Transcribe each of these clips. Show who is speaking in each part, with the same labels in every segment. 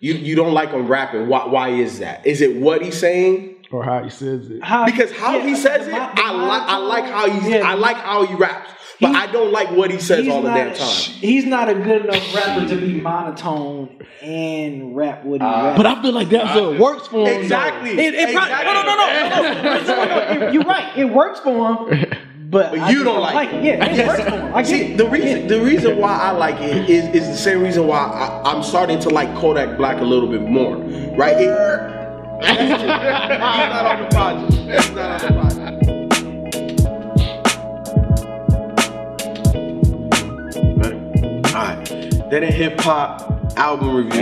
Speaker 1: You you don't like him rapping. Why why is that? Is it what he's saying?
Speaker 2: or how he says it.
Speaker 3: How-
Speaker 1: Because how
Speaker 3: yeah,
Speaker 1: he says
Speaker 3: the
Speaker 1: it,
Speaker 3: mo- the
Speaker 1: I like I like how he's
Speaker 3: Yeah.
Speaker 1: I like how he raps, but
Speaker 3: He's-
Speaker 1: I don't like what he says all the
Speaker 3: not
Speaker 1: damn
Speaker 3: a-
Speaker 1: time.
Speaker 3: He's not a good enough rapper to be monotone and rap what he raps.
Speaker 2: Uh, But I feel like that's what works for him.
Speaker 1: Exactly.
Speaker 3: Oh, It- it probably-
Speaker 1: exactly.
Speaker 3: no, no, It- you're right. It works for him, but,
Speaker 1: But
Speaker 3: I
Speaker 1: you
Speaker 3: just
Speaker 1: don't like it.
Speaker 3: Yeah, it works for him. I get
Speaker 1: See,
Speaker 3: it.
Speaker 1: the
Speaker 3: I get
Speaker 1: reason
Speaker 3: it.
Speaker 1: the reason why I like it is is the same reason why I, I'm starting to like Kodak Black a little bit more, right? It, That's it. He's not on the project. He's not on the project. Alright, that a hip hop album review.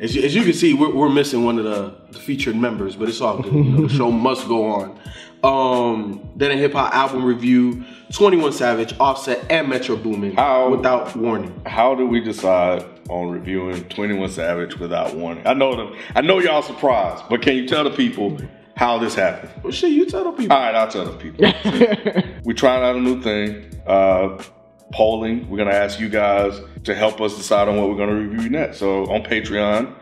Speaker 1: As you, as you can see, we're, we're missing one of the, the featured members, but it's all good. You know, the show must go on. Um, then a hip hop album review: Twenty One Savage, Offset, and Metro Boomin.
Speaker 4: How-
Speaker 1: Without warning.
Speaker 4: How do we decide on reviewing 21 Savage without warning? I know them. I know y'all surprised, but can you tell the people how this happened?
Speaker 1: Well, shit, you tell the people.
Speaker 4: All right, I'll tell the people. we trying out a new thing. Uh, polling. We're gonna ask you guys to help us decide on what we're gonna review next. So on Patreon,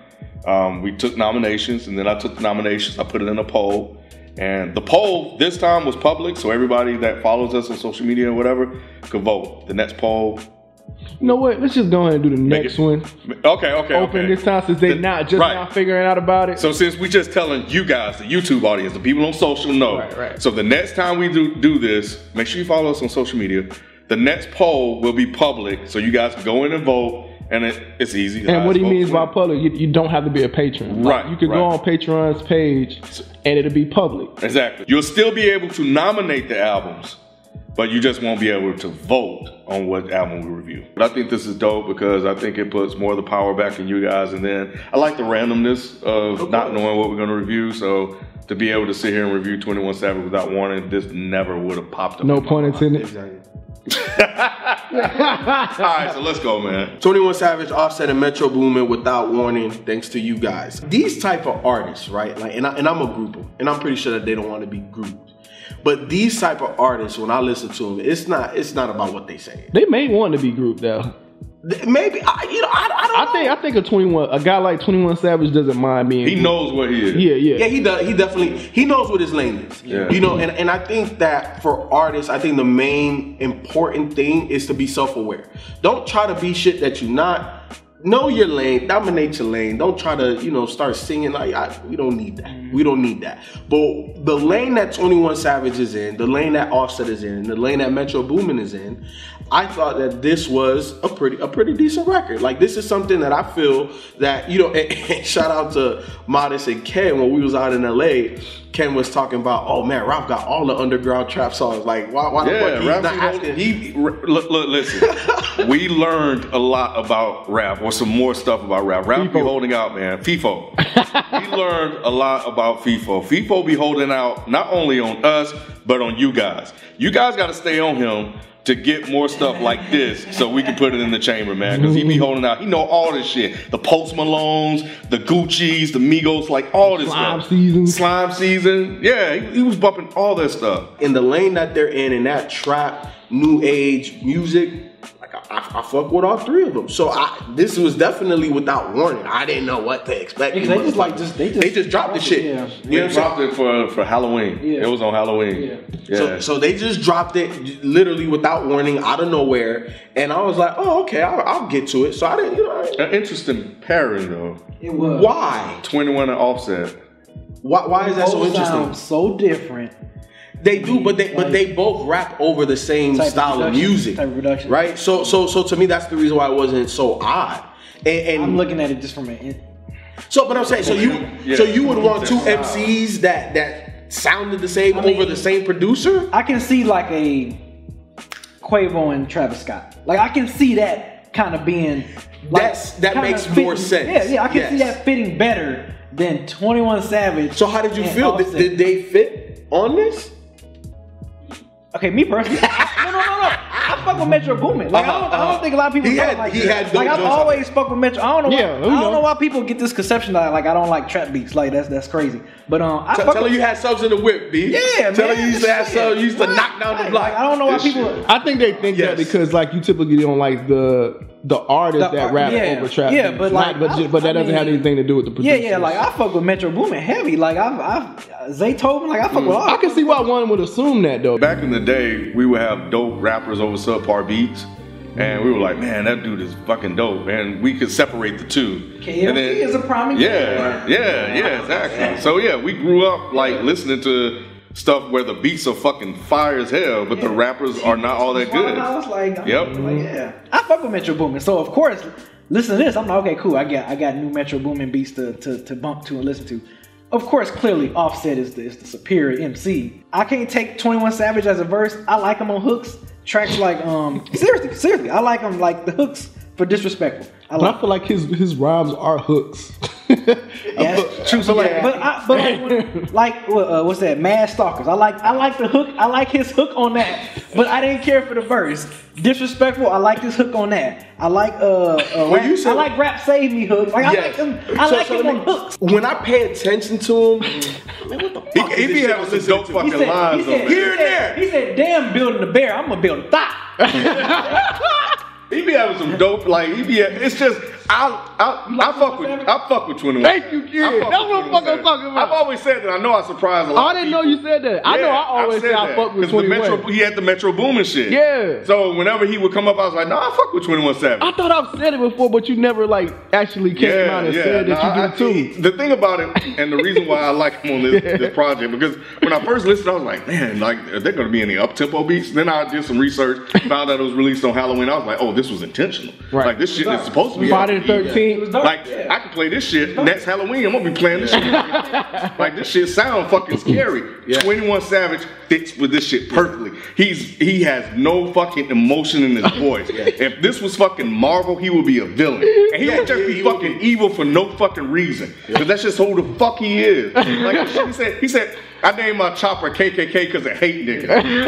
Speaker 4: um, we took nominations, and then I took the nominations. I put it in a poll, and the poll this time was public, so everybody that follows us on social media or whatever could vote. The next poll.
Speaker 2: You know what? Let's just go ahead and do the
Speaker 4: Make
Speaker 2: next
Speaker 4: it
Speaker 2: one.
Speaker 4: Okay, okay.
Speaker 2: Open
Speaker 4: okay.
Speaker 2: this time since they
Speaker 4: The-
Speaker 2: not just
Speaker 4: right.
Speaker 2: now figuring out about it.
Speaker 4: So since we just telling you guys, the YouTube audience, the people on social know.
Speaker 2: Right, right.
Speaker 4: So the next time we do do this, make sure you follow us on social media. The next poll will be public, so you guys can go in and vote, and it, it's easy.
Speaker 2: and what he
Speaker 4: Vote
Speaker 2: means
Speaker 4: for
Speaker 2: by
Speaker 4: it.
Speaker 2: public, you, you don't have to be a patron. Like,
Speaker 4: Right,
Speaker 2: you could
Speaker 4: right.
Speaker 2: go on Patreon's page and it'll be public.
Speaker 4: exactly, you'll still be able to nominate the albums, but you just won't be able to vote on what album we review. But I think this is dope because I think it puts more of the power back in you guys, and then I like the randomness of not knowing what we're gonna review. So. To be able to sit here and review 21 Savage without warning, this never would have popped up.
Speaker 2: No
Speaker 4: in my
Speaker 2: pun
Speaker 4: mind.
Speaker 2: intended.
Speaker 1: Uh,
Speaker 4: All right, so let's go, man.
Speaker 1: 21 Savage, Offset, and Metro Boomin without warning, thanks to you guys. These type of artists, right? Like, and, I, and I'm a grouper, and I'm pretty sure that they don't want to be grouped. But these type of artists, when I listen to them, it's not it's not about what they say.
Speaker 2: They may want to be grouped though.
Speaker 1: Th- Maybe I, you know, I, I don't
Speaker 2: I
Speaker 1: know.
Speaker 2: think I think a twenty one a guy like twenty one Savage doesn't mind being
Speaker 4: He
Speaker 2: grouped.
Speaker 4: knows what he is.
Speaker 2: Yeah, yeah.
Speaker 1: Yeah, he does. He definitely he knows what his lane is.
Speaker 4: Yeah.
Speaker 1: You know, and, and I think that for artists, I think the main important thing is to be self aware. Don't try to be shit that you're not. Know your lane, dominate your lane. Don't try to you know start singing like I, we don't need that. We don't need that. But the lane that Twenty One Savage is in, the lane that Offset is in, the lane that Metro Boomin is in, I thought that this was a pretty a pretty decent record. Like this is something that I feel that you know. shout out to Modest and Ken when we was out in LA. Ken was talking about, oh man, Ralph got all the underground trap songs. Like why why the fuck
Speaker 4: Yeah,
Speaker 1: Uh, he's
Speaker 4: rap.
Speaker 1: not
Speaker 4: he,
Speaker 1: asking?
Speaker 4: don't- he r- look, look, listen. we learned a lot about rap, or some more stuff about rap. Rap be
Speaker 2: FIFO.
Speaker 4: holding out, man. FIFO. we learned a lot about FIFO. FIFO be holding out not only on us, but on you guys. You guys got to stay on him to get more stuff like this, so we can put it in the chamber, man. Because he be holding out. He know all this shit. The Post Malones, the Gucci's, the Migos, like all this
Speaker 2: Slime
Speaker 4: stuff.
Speaker 2: season.
Speaker 4: Slime season. Yeah, he, he was bumping all that stuff.
Speaker 1: in the lane that they're in, in that trap, new age music, like I, I, I fuck with all three of them. So I, this was definitely without warning. I didn't know what to expect.
Speaker 3: Because they just like just they just
Speaker 1: they just dropped the shit.
Speaker 3: Yeah.
Speaker 1: You know
Speaker 4: They
Speaker 1: what I'm saying?
Speaker 4: dropped it for, for Halloween.
Speaker 3: Yeah.
Speaker 4: It was on Halloween.
Speaker 3: Yeah.
Speaker 1: So,
Speaker 4: Yeah.
Speaker 1: so they just dropped it literally without warning, out of nowhere, and I was like, "Oh, okay, I'll, I'll get to it." So I didn't, you know, I-
Speaker 4: An interesting pairing though.
Speaker 3: It was.
Speaker 1: why?
Speaker 4: Twenty one and offset.
Speaker 1: Why, why is that so
Speaker 3: Both
Speaker 1: interesting?
Speaker 3: sound so different.
Speaker 1: They do, but they but they both rap over the same
Speaker 3: Type of
Speaker 1: style of
Speaker 3: production,
Speaker 1: music,
Speaker 3: type of production.
Speaker 1: right? So so so to me, that's the reason why it wasn't so odd. And, and
Speaker 3: I'm looking at it just from an. in-
Speaker 1: So, but I'm saying, so you,
Speaker 4: Yeah.
Speaker 1: so you would want two MCs that that sounded the same
Speaker 3: I mean-
Speaker 1: over the same producer?
Speaker 3: I can see like a Quavo and Travis Scott. Like I can see that kind of being. Like,
Speaker 1: That's- that
Speaker 3: kinda
Speaker 1: makes more sense.
Speaker 3: Yeah, yeah, I can see
Speaker 1: Yes.
Speaker 3: that fitting better than Twenty One Savage.
Speaker 1: So, how did you
Speaker 3: and
Speaker 1: feel? Did,
Speaker 3: Offset.
Speaker 1: did they fit on this?
Speaker 3: Okay, me personally. I- no, no, no, no. I fuck with Metro Boomin. Like I, don't, I don't think a lot of people.
Speaker 1: Uh-huh, He
Speaker 3: don't
Speaker 1: had-
Speaker 3: like
Speaker 1: he
Speaker 3: that.
Speaker 1: had no
Speaker 3: Like I've
Speaker 1: jokes.
Speaker 3: always fuck with Metro. I don't know. Why,
Speaker 2: Yeah,
Speaker 3: I
Speaker 2: who
Speaker 3: don't know.
Speaker 2: know?
Speaker 3: why people get this conception that like I don't like trap beats. Like that's that's crazy. But um, I
Speaker 1: T-
Speaker 3: fuck
Speaker 1: tell her
Speaker 3: with,
Speaker 1: you had subs in the whip, B.
Speaker 3: Yeah,
Speaker 1: tell
Speaker 3: man.
Speaker 1: her you used to have
Speaker 3: shit.
Speaker 1: subs. You used to
Speaker 3: Right,
Speaker 1: knock down the
Speaker 3: right.
Speaker 1: block.
Speaker 3: Like, I don't know why
Speaker 4: This
Speaker 3: people.
Speaker 4: shit.
Speaker 2: I think they think that
Speaker 1: Yes.
Speaker 2: because like you typically don't like the the artist
Speaker 3: The
Speaker 2: that
Speaker 3: art-
Speaker 2: rap
Speaker 3: yeah.
Speaker 2: over trap.
Speaker 3: Yeah,
Speaker 2: beats.
Speaker 3: but
Speaker 2: Not-
Speaker 3: like,
Speaker 2: but, ju-
Speaker 3: I-
Speaker 2: but that
Speaker 3: I
Speaker 2: doesn't have
Speaker 3: mean-
Speaker 2: anything to do with the
Speaker 3: Yeah,
Speaker 2: producer.
Speaker 3: yeah. Like I fuck with Metro Boomin heavy. Like I've, I've Zaytoven. Like I fuck with all.
Speaker 2: I can see why one would assume that though.
Speaker 4: Back in the day, we would have dope rappers over subpar beats. And we were like, man, that dude is fucking dope. And we could separate the two.
Speaker 3: KMC
Speaker 4: And then-
Speaker 3: is a prime
Speaker 4: Yeah,
Speaker 3: example.
Speaker 4: yeah, yeah, exactly. So yeah, we grew up like listening to stuff where the beats are fucking fire as hell, but the
Speaker 3: Yeah.
Speaker 4: rappers are not all that
Speaker 3: That's why I
Speaker 4: good.
Speaker 3: was like, I'm
Speaker 4: Yep.
Speaker 3: like, yeah. I fuck with Metro Boomin, so of course, listen to this. I'm like, okay, cool. I got I got new Metro Boomin beats to, to to bump to and listen to. Of course, clearly Offset is the is the superior MC. I can't take 21 Savage as a verse. I like him on hooks. Tracks like um seriously, seriously, I like him like the hooks for disrespectful. I
Speaker 2: But
Speaker 3: like
Speaker 2: I feel like his his rhymes are hooks. I
Speaker 3: Yes.
Speaker 2: feel- true, so like,
Speaker 3: But I, but like, when- like what, uh, what's that? Mad Stalkers. I like I like the hook. I like his hook on that. But I didn't care for the verse. Disrespectful. I like this hook on that. I like uh, uh rap,
Speaker 1: you said-
Speaker 3: I like rap save me hook. Like I
Speaker 1: Yes.
Speaker 3: like him. I
Speaker 1: So-
Speaker 3: like
Speaker 1: so
Speaker 3: him
Speaker 1: let
Speaker 3: on
Speaker 1: me-
Speaker 3: hooks.
Speaker 1: When I pay attention to him, I'm like, what the fuck?
Speaker 4: He, he
Speaker 1: is
Speaker 4: be
Speaker 1: this shit
Speaker 4: having
Speaker 1: I'm
Speaker 4: some
Speaker 1: listening
Speaker 4: dope
Speaker 1: to?
Speaker 4: fucking
Speaker 3: He said, he
Speaker 4: lines on
Speaker 3: said,
Speaker 4: it.
Speaker 3: he
Speaker 4: Here and
Speaker 3: said,
Speaker 4: there.
Speaker 3: he said, damn, building a bear. I'm gonna build a thigh.
Speaker 4: He be having some dope like he be. It's just I I, I fuck with I fuck with Twenty One.
Speaker 2: Thank you, kid. That's what I'm fucking talking about.
Speaker 4: I've always said that. I know I surprised a lot.
Speaker 2: I didn't know you said that. I know I always say I fuck with
Speaker 4: because
Speaker 2: Twenty One.
Speaker 4: He had the Metro Boom and shit.
Speaker 2: Yeah.
Speaker 4: So whenever he would come up, I was like, no, I fuck with Twenty One Savage.
Speaker 2: I thought I've said it before, but you never like actually came out and said that
Speaker 4: Nah,
Speaker 2: you
Speaker 4: I-
Speaker 2: do
Speaker 4: I-
Speaker 2: too.
Speaker 4: The thing about it, and the reason why I like him on this, this project, because when I first listened, I was like, man, like, are there going to be any up tempo beats? Then I did some research, found out it was released on Halloween. I was like, oh, this was intentional.
Speaker 2: Right.
Speaker 4: Like, this shit is supposed to be.
Speaker 2: Friday the
Speaker 4: upbeat.
Speaker 2: Thirteenth.
Speaker 4: Like I can play this shit next Halloween. I'm gonna be playing this shit. like this shit sound fucking scary. Twenty One Savage fits with this shit perfectly. He's he has no fucking emotion in his voice. If this was fucking Marvel, he would be a villain, and he would just be fucking evil for no fucking reason. Cause that's just who the fuck he is. Like the shit he said, he said. I named my chopper KKK because I hate niggas. when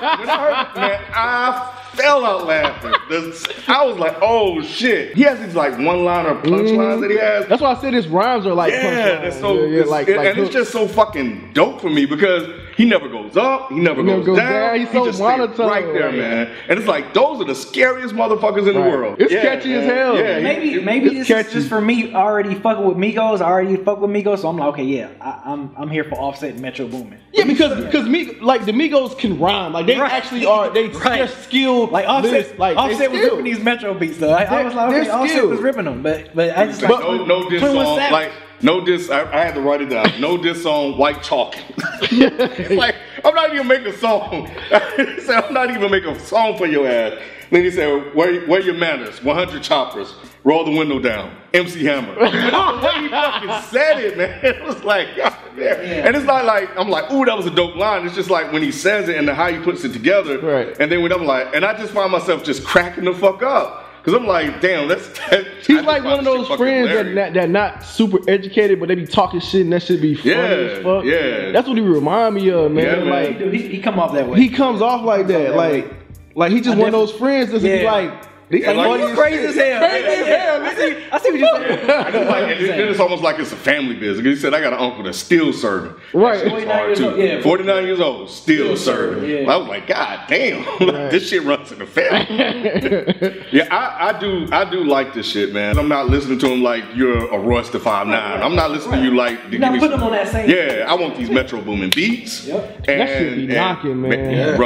Speaker 4: I heard, man, I fell out laughing. This- I was like, oh shit. He has these like one liner punchlines that he has.
Speaker 2: That's why I said his rhymes are like
Speaker 4: Yeah,
Speaker 2: punchlines.
Speaker 4: that's so
Speaker 2: Yeah, yeah,
Speaker 4: it's-
Speaker 2: like,
Speaker 4: and,
Speaker 2: like
Speaker 4: and it's
Speaker 2: hooks.
Speaker 4: just so fucking dope for me because he never goes up, he never, goes, down.
Speaker 2: He's
Speaker 4: he
Speaker 2: so
Speaker 4: just stays
Speaker 2: monotone.
Speaker 4: right there, man. And it's like those are the scariest motherfuckers in the
Speaker 2: Right.
Speaker 4: world.
Speaker 2: It's catchy as
Speaker 4: man.
Speaker 2: hell.
Speaker 4: Yeah, he-
Speaker 3: Maybe maybe
Speaker 2: it's
Speaker 3: this
Speaker 2: catchy.
Speaker 3: is just for me already fucking with Migos. I already fuck with Migos, so I'm like, okay, yeah, I, I'm I'm here for Offset and Metro Boomin.
Speaker 2: yeah, because because me like the Migos can rhyme. Like they
Speaker 3: Right.
Speaker 2: actually are they they're
Speaker 3: Right.
Speaker 2: skilled.
Speaker 3: Like Offset,
Speaker 2: lyrics. like they
Speaker 3: Offset was
Speaker 2: skilled.
Speaker 3: ripping these Metro beats though. I, I
Speaker 2: They're-
Speaker 3: was like, okay,
Speaker 2: they're
Speaker 3: Offset
Speaker 2: skilled.
Speaker 3: was ripping them, but but I just like,
Speaker 4: Like, no, no diss
Speaker 3: 21
Speaker 4: on
Speaker 3: Savage.
Speaker 4: like no diss. I, I had to write it down. No diss on white chalk. it's like I'm not even making a song. he said I'm not even making a song for your ass. Then he said, "Where, where your manners? 100 choppers. Roll the window down. MC Hammer." But the way he fucking said it, man. It was like, God damn. and it's not like I'm like, "Ooh, that was a dope line." It's just like when he says it and the, how he puts it together.
Speaker 2: Right.
Speaker 4: And then when I'm like, and I just find myself just cracking the fuck up. Cause I'm like, damn, that's. That, I
Speaker 2: He's
Speaker 4: just
Speaker 2: like one
Speaker 4: find
Speaker 2: of those
Speaker 4: this shit fucking
Speaker 2: friends that, that
Speaker 4: hilarious.
Speaker 2: that not super educated, but they be talking shit and that should be funny
Speaker 4: Yeah,
Speaker 2: as fuck.
Speaker 4: yeah.
Speaker 2: that's what he remind me of, man.
Speaker 4: Yeah, man.
Speaker 2: Like
Speaker 3: Dude, he, he come off that way.
Speaker 2: he comes off like that, like like he just
Speaker 3: I
Speaker 2: one of those friends that's be
Speaker 3: Yeah.
Speaker 2: like, he's
Speaker 4: Yeah,
Speaker 2: like,
Speaker 4: like,
Speaker 2: "Lord,
Speaker 4: you
Speaker 2: you
Speaker 3: crazy as hell.
Speaker 2: Crazy as hell,
Speaker 3: I see, I see what you're saying.
Speaker 4: It's like- and then it's almost like it's a family business. He said, I got an uncle that's still serving.
Speaker 2: Right.
Speaker 4: That shit's
Speaker 3: 49
Speaker 4: hard,
Speaker 3: years
Speaker 4: too.
Speaker 3: old, yeah.
Speaker 4: 49 years old, still, serving.
Speaker 3: serving, yeah.
Speaker 4: I was like, God damn, like, this shit runs in the family. yeah, I, I do I do like this shit, man. I'm not listening to him like you're a Royce to 5'9.
Speaker 3: right,
Speaker 4: I'm not listening to you like to
Speaker 3: You're not
Speaker 4: give me
Speaker 3: putting
Speaker 4: some-
Speaker 3: him on that same-
Speaker 4: Yeah, I want these Metro Boomin beats.
Speaker 3: Yep.
Speaker 4: And,
Speaker 2: That shit be
Speaker 4: and-
Speaker 2: knocking, man.
Speaker 4: Yeah.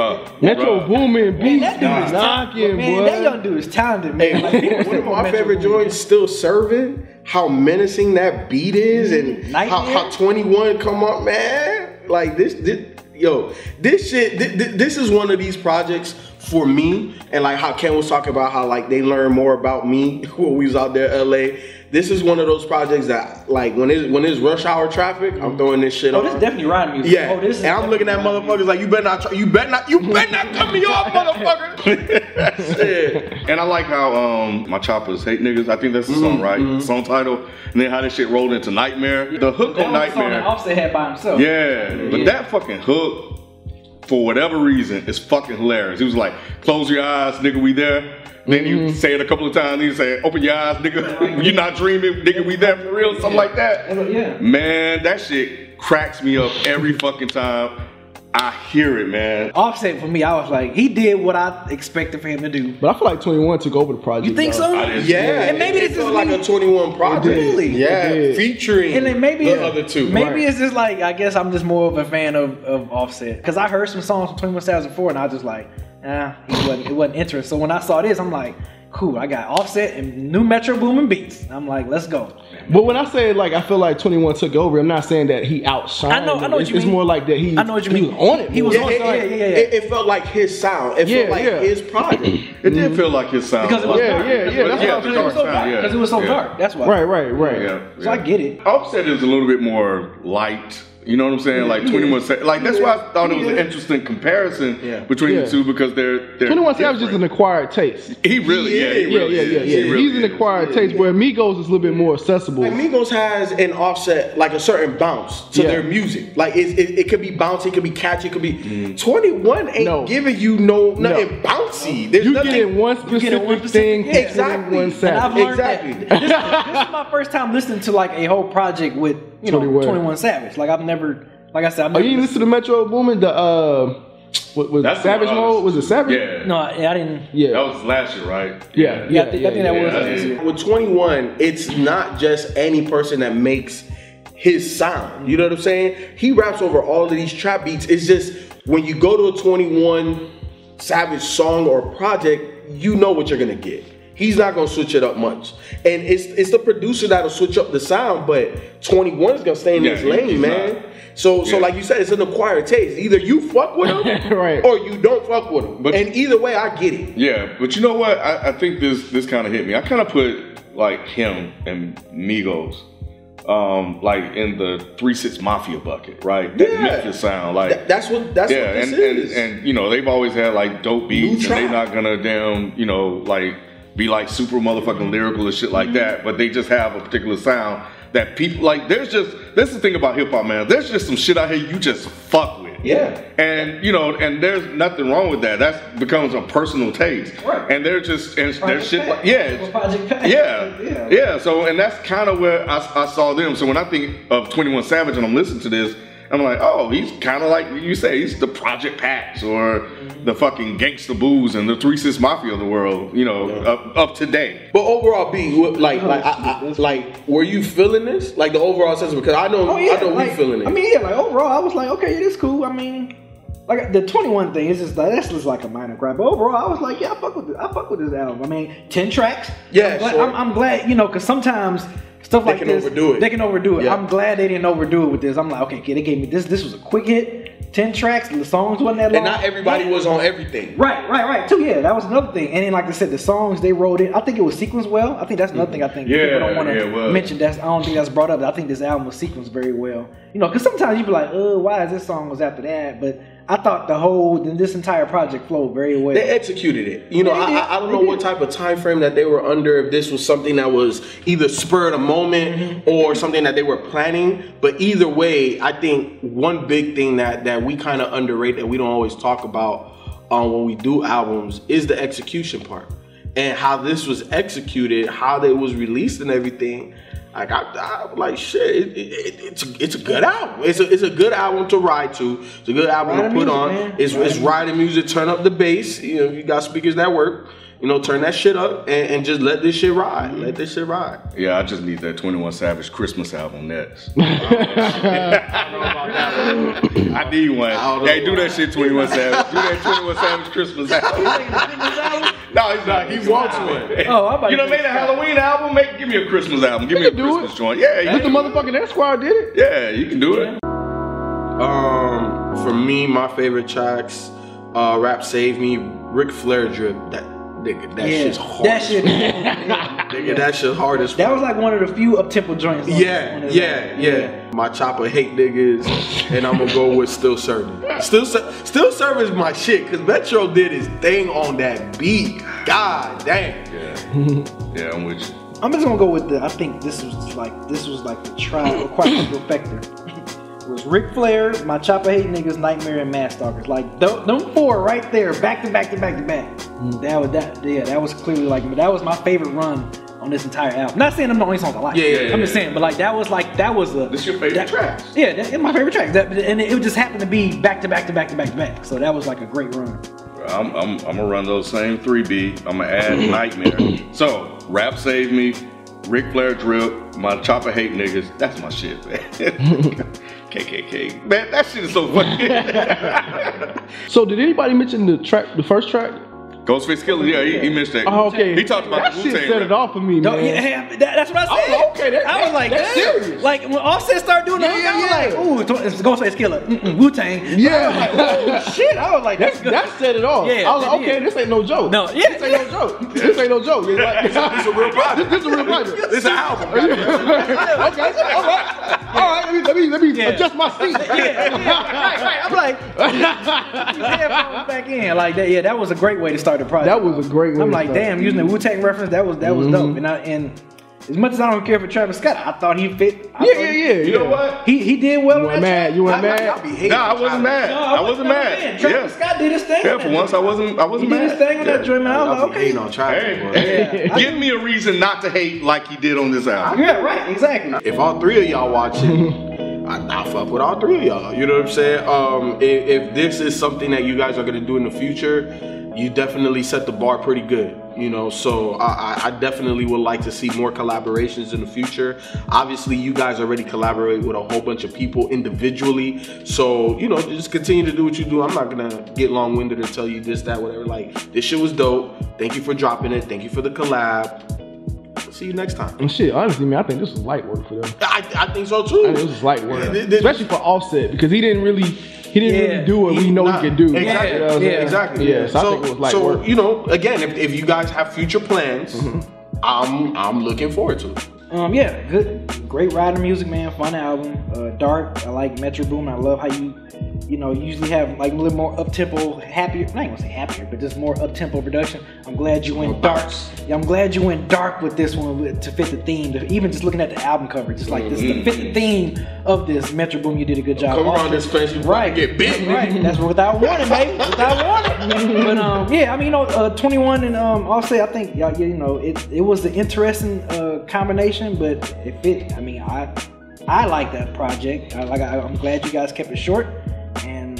Speaker 2: Metro Boomin
Speaker 3: Man,
Speaker 2: beats
Speaker 3: that dude is
Speaker 2: be knocking,
Speaker 3: man,
Speaker 2: boy.
Speaker 3: that young dude is talented, man. Like, people
Speaker 1: One
Speaker 3: say
Speaker 1: of my
Speaker 3: Metro
Speaker 1: favorite
Speaker 3: Boomin.
Speaker 1: joints still serving. How menacing that beat is,
Speaker 3: Mm-hmm.
Speaker 1: and how,
Speaker 3: Nightmare?
Speaker 1: how 21 come up, man. Like this, this yo, this shit. thi- thi- This, is one of these projects for me, and like how Ken was talking about how like they learn more about me when we was out there, LA. This is one of those projects that like when it's when it's rush hour traffic, I'm throwing this shit
Speaker 3: Oh,
Speaker 1: on.
Speaker 3: this is definitely rhyme music.
Speaker 1: Yeah,
Speaker 3: Oh, this is
Speaker 1: and I'm looking at
Speaker 3: definitely
Speaker 1: motherfuckers like you better not, try, you better not, you better not cut me off, motherfucker. Shit.
Speaker 4: And I like how um my choppers hate niggas. I think that's the
Speaker 2: Mm-hmm.
Speaker 4: song, right? Song title. And then how this shit rolled into Nightmare. The hook
Speaker 3: rhyme music. That was a song
Speaker 4: on Nightmare.
Speaker 3: that Offset had by himself.
Speaker 4: Yeah, but that fucking hook, for whatever reason, is fucking hilarious. He was like, "Close your eyes, nigga, we there." Then
Speaker 3: Mm-hmm.
Speaker 4: you say it a couple of times. Then you say, "Open your eyes, nigga, you're not dreaming, nigga, we there for real," something like that.
Speaker 3: Yeah.
Speaker 4: Man, that shit cracks me up every fucking time. I hear it, man.
Speaker 3: Offset for me, I was like, he did what I expected for him to do.
Speaker 2: But I feel like 21 took over the project.
Speaker 3: You think
Speaker 2: though.
Speaker 3: so?
Speaker 4: I didn't-
Speaker 1: Yeah,
Speaker 3: And maybe
Speaker 1: it
Speaker 3: this
Speaker 1: felt
Speaker 3: is
Speaker 1: like
Speaker 3: me-
Speaker 1: a 21 project.
Speaker 3: Really?
Speaker 1: Yeah,
Speaker 2: It did.
Speaker 1: featuring
Speaker 3: And then maybe
Speaker 1: the other two.
Speaker 3: Maybe it's just like I guess I'm just more of a fan of, of Offset because I heard some songs from Twenty One Savage before, and I was just like, ah, it wasn't it wasn't interesting. So when I saw this, I'm like, cool, I got Offset and new Metro Boomin beats. I'm like, let's go.
Speaker 2: But when I say like I feel like 21 took over, I'm not saying that he outshined.
Speaker 3: I know- I know
Speaker 2: them.
Speaker 3: what
Speaker 2: it's,
Speaker 3: you
Speaker 2: it's
Speaker 3: mean.
Speaker 2: more like that he.
Speaker 3: I know what you
Speaker 2: he
Speaker 3: mean.
Speaker 2: was on it.
Speaker 3: He was
Speaker 2: more.
Speaker 1: Yeah,
Speaker 3: on
Speaker 1: it,
Speaker 3: it, yeah,
Speaker 1: it-
Speaker 3: yeah, yeah.
Speaker 1: It, it felt like his sound. It
Speaker 2: Yeah,
Speaker 1: felt like
Speaker 2: yeah.
Speaker 1: his project.
Speaker 4: It did feel like his sound.
Speaker 3: Mm-hmm. Because it was
Speaker 4: Like,
Speaker 2: Yeah,
Speaker 3: dark.
Speaker 2: yeah, yeah, that's
Speaker 4: Yeah,
Speaker 3: Because it was so
Speaker 4: dark
Speaker 3: dark.
Speaker 4: side, yeah.
Speaker 3: Because it was so
Speaker 4: Yeah.
Speaker 3: dark. That's why.
Speaker 2: right, right, right.
Speaker 4: Yeah,
Speaker 3: So I
Speaker 4: yeah.
Speaker 3: get it.
Speaker 4: Offset is a little bit more light. You know what I'm saying? Like 21 Savage. Like that's why I thought it was an interesting comparison
Speaker 1: Yeah.
Speaker 4: between
Speaker 2: Yeah.
Speaker 4: the two because they're, they're
Speaker 2: 21 Savage is
Speaker 4: different.
Speaker 2: an acquired taste.
Speaker 4: He really, yeah, he
Speaker 1: Yeah,
Speaker 2: Yeah,
Speaker 4: really
Speaker 2: yeah, yeah,
Speaker 4: is.
Speaker 2: yeah.
Speaker 4: He really
Speaker 2: He's an
Speaker 4: is.
Speaker 2: acquired taste where Migos is a little bit more accessible.
Speaker 1: Like Migos has an offset, like a certain bounce to
Speaker 2: Yeah.
Speaker 1: their music. Like it, it, it could be bouncy, it could be catchy, it could be. Twenty one ain't
Speaker 2: Mm. No.
Speaker 1: giving you no nothing bouncy. There's
Speaker 2: you
Speaker 1: nothing.
Speaker 2: get in one
Speaker 3: You
Speaker 2: specific,
Speaker 3: get it one
Speaker 2: thing,
Speaker 3: specific- yeah.
Speaker 1: Exactly.
Speaker 2: one
Speaker 3: And I've
Speaker 2: Savage.
Speaker 3: learned
Speaker 1: Exactly.
Speaker 3: that. This, this is my first time listening to like a whole project with you know
Speaker 2: 21.
Speaker 3: 21, Savage. Like I've never, like I said, I've
Speaker 2: Oh,
Speaker 3: never.
Speaker 2: you didn't listen to Metro Boomin? The uh, what was
Speaker 4: That's
Speaker 2: Savage
Speaker 4: the one I
Speaker 2: Mode? Was it Savage?
Speaker 4: Yeah.
Speaker 3: no, I, I didn't.
Speaker 2: yeah,
Speaker 4: That was last year, right?
Speaker 2: yeah, yeah.
Speaker 3: Yeah, I think, I think
Speaker 2: yeah,
Speaker 3: that
Speaker 2: yeah.
Speaker 3: was
Speaker 4: yeah.
Speaker 3: last year.
Speaker 1: With 21, it's not just any person that makes his sound. You know what I'm saying? He raps over all of these trap beats. It's just when you go to a 21 Savage song or project, you know what you're gonna get. He's not gonna switch it up much, and it's it's the producer that'll switch up the sound. But 21 is gonna stay in
Speaker 4: Yeah,
Speaker 1: his
Speaker 4: he- he's
Speaker 1: lane, man.
Speaker 4: not.
Speaker 1: So so
Speaker 4: Yeah.
Speaker 1: like you said, it's an acquired taste. Either you fuck with him,
Speaker 2: Right.
Speaker 1: or you don't fuck with him.
Speaker 4: But-
Speaker 1: and either way, I get it.
Speaker 4: Yeah, but you know what? I, I think this this kind of hit me. I kind of put like him and Migos, um, like in the three six mafia bucket, right? That
Speaker 1: Yeah.
Speaker 4: Memphis sound, like
Speaker 1: Th- that's what that's
Speaker 4: yeah,
Speaker 1: what this
Speaker 4: and,
Speaker 1: is.
Speaker 4: and and you know they've always had like dope beats, and they're
Speaker 1: trap.
Speaker 4: not gonna damn you know like be like super motherfucking lyrical and shit
Speaker 1: Mm-hmm.
Speaker 4: like that. But they just have a particular sound that people like. There's just that's the thing about hip hop, man. There's just some shit out here you just fuck with.
Speaker 1: Yeah.
Speaker 4: and you know, and there's nothing wrong with that. That becomes a personal taste.
Speaker 1: Right.
Speaker 4: And they're just and
Speaker 3: Project
Speaker 4: there's shit
Speaker 3: Pat.
Speaker 4: like yeah,
Speaker 3: Or Project Pat.
Speaker 4: yeah, yeah, So, and that's kind of where I, I saw them. So when I think of Twenty One Savage and I'm listening to this, I'm like, oh, he's kind of like you say, he's the Project Packs or the fucking Gangsta Booze and the Three Six Mafia of the world, you know, up, up to date.
Speaker 1: But overall, B, what- like,
Speaker 3: Oh,
Speaker 1: like, I, I, like, were you feeling this? Like the overall sense, because I know,
Speaker 3: Oh yeah,
Speaker 1: I know
Speaker 3: like,
Speaker 1: we feeling it.
Speaker 3: I mean, yeah, like overall, I was like, okay, yeah, this cool. I mean, like the twenty one thing is just like that's just like a minor gripe. But overall, I was like, yeah, I fuck with this. I fuck with this album. I mean, ten tracks.
Speaker 1: Yeah,
Speaker 3: I'm glad,
Speaker 1: sure.
Speaker 3: I'm, I'm glad you know because sometimes stuff like
Speaker 1: can
Speaker 3: this,
Speaker 1: overdo it.
Speaker 3: They can overdo it.
Speaker 1: Yeah.
Speaker 3: I'm glad they didn't overdo it with this. I'm like, okay, okay, they gave me this. This was a quick hit. Ten tracks. The songs wasn't that long.
Speaker 1: and not everybody was on everything.
Speaker 3: Right, right, right. Too, yeah, that was another thing. And then, like I said, the songs they wrote in, I think it was sequenced well. I think that's another thing I think
Speaker 4: Yeah,
Speaker 3: people don't want
Speaker 4: yeah, it
Speaker 3: to
Speaker 4: was.
Speaker 3: mention. That's I don't think that's brought up. I think this album was sequenced very well. You know, because sometimes you be like, "Uh, why is this song was after that?" But I thought the whole then this entire project flowed very well.
Speaker 1: They executed it. You know,
Speaker 3: They
Speaker 1: I,
Speaker 3: did.
Speaker 1: I, I don't
Speaker 3: They
Speaker 1: know
Speaker 3: did.
Speaker 1: what type of time frame that they were under. If this was something that was either spur of the
Speaker 3: Mm-hmm.
Speaker 1: moment or something that they were planning, but either way, I think one big thing that that we kind of underrate that we don't always talk about um, when we do albums is the execution part and how this was executed, how they was released, and everything. Like I, I like shit. It, it, it, it's a, it's a good album. It's a, it's a good album to ride to. It's a good album
Speaker 3: Ride
Speaker 1: to
Speaker 3: the
Speaker 1: put
Speaker 3: music,
Speaker 1: on.
Speaker 3: man.
Speaker 1: It's it's riding music. Turn up the bass. You know, if you got speakers that work. You know, turn that shit up and, and just let this shit ride.
Speaker 3: Mm-hmm.
Speaker 1: Let this shit ride.
Speaker 4: Yeah, I just need that Twenty One Savage Christmas album next. I need one.
Speaker 1: don't know
Speaker 4: Hey, do that shit, Twenty One Savage. Do that Twenty One Savage Christmas album. No, he's not. He wants one.
Speaker 3: Oh, I'm about
Speaker 4: you
Speaker 3: to
Speaker 4: know, made a Halloween album. Make give me a Christmas album. Give me
Speaker 2: You
Speaker 4: a
Speaker 2: can do
Speaker 4: Christmas
Speaker 2: it.
Speaker 4: joint. Yeah, you
Speaker 2: But the
Speaker 4: can,
Speaker 2: motherfucking Esquire did it.
Speaker 4: yeah, you can do it.
Speaker 1: Um, for me, my favorite tracks, uh, rap save me, Ric Flair drip. That nigga, that
Speaker 3: yeah,
Speaker 1: shit's hard.
Speaker 3: that shit.
Speaker 1: nigga, that shit's hard as
Speaker 3: that was like one of the few up tempo joints. on this- on
Speaker 1: Yeah,
Speaker 3: this
Speaker 1: yeah,
Speaker 3: album.
Speaker 1: yeah. My chopper hate niggas, and I'm gonna go with still serving. Still, Ser- still serving is my shit. Cause Metro did his thing on that beat. God damn.
Speaker 4: Yeah, yeah, I'm with you.
Speaker 3: I'm just gonna go with the. I think this was like this was like the trial quite perfector. It was Ric Flair, my chopper hate niggas, Nightmare, and Mad Stalkers. Like th- them four right there, back to back to back to back. That was that. Yeah, that was clearly like. But that was my favorite run on on this entire album. Not saying I'm the only songs I like.
Speaker 1: Yeah, yeah, yeah,
Speaker 3: I'm just
Speaker 1: yeah.
Speaker 3: saying, but like that was like that was a.
Speaker 4: This your favorite
Speaker 3: that-
Speaker 4: tracks.
Speaker 3: Yeah, that, and my favorite tracks. That, and it just happened to be back to back to back to back to back. So that was like a great run.
Speaker 4: I'm, I'm, I'm gonna run those same three B. I'm gonna add
Speaker 3: Mm-hmm.
Speaker 4: Nightmare. So, Rap Save Me, Ric Flair Drip, my Chopper Hate Niggas. That's my shit, man. KKK. Man, that shit is so funny.
Speaker 2: So did anybody mention the track, the first track?
Speaker 4: Ghostface Killer, yeah, he, he missed that.
Speaker 2: Oh, okay.
Speaker 4: He talked about
Speaker 2: that
Speaker 4: the
Speaker 2: shit
Speaker 4: Wu-Tang
Speaker 2: set
Speaker 4: rap.
Speaker 2: it off for me,
Speaker 3: No,
Speaker 2: man.
Speaker 3: yeah, yeah, that- that's what I
Speaker 2: I was
Speaker 3: said.
Speaker 2: like, okay, that-
Speaker 3: I was like,
Speaker 2: that's
Speaker 3: damn.
Speaker 2: serious.
Speaker 3: Like when Offset started doing the
Speaker 2: Yeah,
Speaker 3: hook,
Speaker 2: yeah,
Speaker 3: I was
Speaker 2: yeah.
Speaker 3: like, ooh, Tw- it's Ghostface Killer, mm-mm, Wu Tang.
Speaker 2: Yeah.
Speaker 3: Shit, I was like, "Oh, that's
Speaker 2: That's,
Speaker 3: good.
Speaker 2: that said it all.
Speaker 3: Yeah,
Speaker 2: I was like,
Speaker 3: it
Speaker 2: okay,
Speaker 3: did.
Speaker 2: this ain't no joke.
Speaker 3: No, yeah,
Speaker 2: This ain't no joke. This ain't no joke. It's like, this
Speaker 4: It's a real project.
Speaker 2: is a real project.
Speaker 4: It's an album.
Speaker 2: okay, all right. All right, let me, let me, let me
Speaker 3: Yeah.
Speaker 2: adjust my seat.
Speaker 3: yeah, yeah, right, right. I'm like, put these headphones back in. Like that, yeah, that was a great way to start the project.
Speaker 2: That was a great way
Speaker 3: I'm
Speaker 2: to
Speaker 3: like,
Speaker 2: start.
Speaker 3: damn, using the Wu Tang reference, that was that was dope. And I, and as much as I don't care for Travis Scott, I thought he fit. I
Speaker 2: Yeah,
Speaker 3: thought
Speaker 2: yeah,
Speaker 3: he-
Speaker 2: yeah.
Speaker 4: You know what?
Speaker 3: He he did well.
Speaker 2: You
Speaker 3: on
Speaker 2: weren't
Speaker 3: that
Speaker 2: mad. You weren't
Speaker 1: Y'all- y'all
Speaker 2: mad.
Speaker 1: be hating
Speaker 4: Nah, I
Speaker 1: on
Speaker 4: wasn't
Speaker 1: Tyler.
Speaker 4: mad.
Speaker 3: No,
Speaker 4: I wasn't mad.
Speaker 3: Travis
Speaker 4: Yeah.
Speaker 3: Scott did his thing.
Speaker 4: Yeah,
Speaker 3: on
Speaker 4: for
Speaker 3: that
Speaker 4: once I wasn't I wasn't
Speaker 3: He did his
Speaker 4: mad.
Speaker 3: thing on that joint, man. I was
Speaker 1: Y'all
Speaker 3: like,
Speaker 1: be
Speaker 3: okay.
Speaker 1: hating on Travis,
Speaker 4: Hey,
Speaker 1: boy.
Speaker 4: hey,
Speaker 3: Yeah.
Speaker 4: give me a reason not to hate like he did on this album.
Speaker 3: Yeah, right, exactly.
Speaker 1: if all three of y'all watching, I not fuck with all three of y'all. You know what I'm saying? Um, if, if this is something that you guys are gonna do in the future, you definitely set the bar pretty good. You know, so I, I- I definitely would like to see more collaborations in the future. Obviously, you guys already collaborate with a whole bunch of people individually, so you know, just continue to do what you do. I'm not gonna get long-winded and tell you this, that, whatever. Like, this shit was dope. Thank you for dropping it. Thank you for the collab. See you next time.
Speaker 2: And shit, honestly, man, I think this was light work for them.
Speaker 1: I, I think so too.
Speaker 2: I think this was light work,
Speaker 1: Th- th-
Speaker 2: especially for Offset because he didn't really, he didn't
Speaker 3: Yeah.
Speaker 2: really do what we
Speaker 1: He-
Speaker 2: know
Speaker 1: nah,
Speaker 2: he can do.
Speaker 1: Exactly.
Speaker 2: You know what I'm
Speaker 3: Yeah,
Speaker 2: saying?
Speaker 1: Exactly.
Speaker 2: Yeah, so, I think it Mm-hmm. was light
Speaker 1: so,
Speaker 2: work.
Speaker 1: you know, again, if, if you guys have future plans, I'm I'm looking forward to it.
Speaker 3: Um, yeah, good, great rider music, man. Fun album. Uh, dark. I like Metro Boom. I love how you, you know, you usually have like a little more up tempo, happier. Not even gonna say happier, but just more up tempo production. I'm glad you went dark. Yeah, I'm glad you went dark with this one with, to fit the theme. To- Even just looking at the album cover, just like this to fit the theme of this Metro Boom. You did a good job.
Speaker 1: Mm-hmm. Come around this fence, you
Speaker 3: Right.
Speaker 1: get bit. nigga.
Speaker 3: Right, that's without warning, baby. Without warning. But um, yeah, I mean, you know, uh, 21 and um, Offset. I think y'all, you know, it it was an interesting uh, combination, but it fit. I mean, I I like that project. I, like, I, I'm glad you guys kept it short, and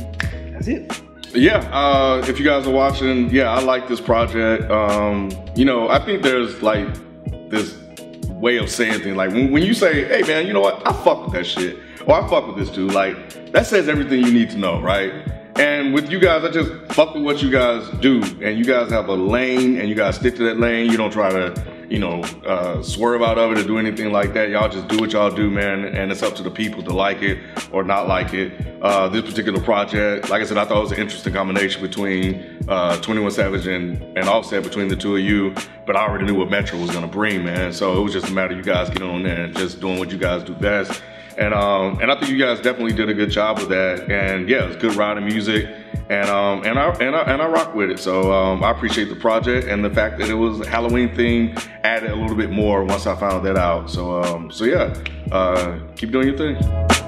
Speaker 3: that's it.
Speaker 4: Yeah, uh, if you guys are watching, yeah, I like this project. Um, you know, I think there's like this way of saying things. Like when, when you say, "Hey, man, you know what? I fuck with that shit," or "I fuck with this dude." Like that says everything you need to know, right? And with you guys, I just fuck with what you guys do, and you guys have a lane, and you guys stick to that lane. You don't try to, you know, uh, swerve out of it or do anything like that. Y'all just do what y'all do, man, and it's up to the people to like it or not like it. Uh, this particular project, like I said, I thought it was an interesting combination between uh, 21 Savage and, and Offset between the two of you, but I already knew what Metro was gonna bring, man. So it was just a matter of you guys getting on there and just doing what you guys do best. And um, and I think you guys definitely did a good job with that. And yeah, it's good riding music. And um, and I and I and I rock with it. So um, I appreciate the project and the fact that it was a Halloween theme added a little bit more once I found that out. So um, so yeah, uh, keep doing your thing.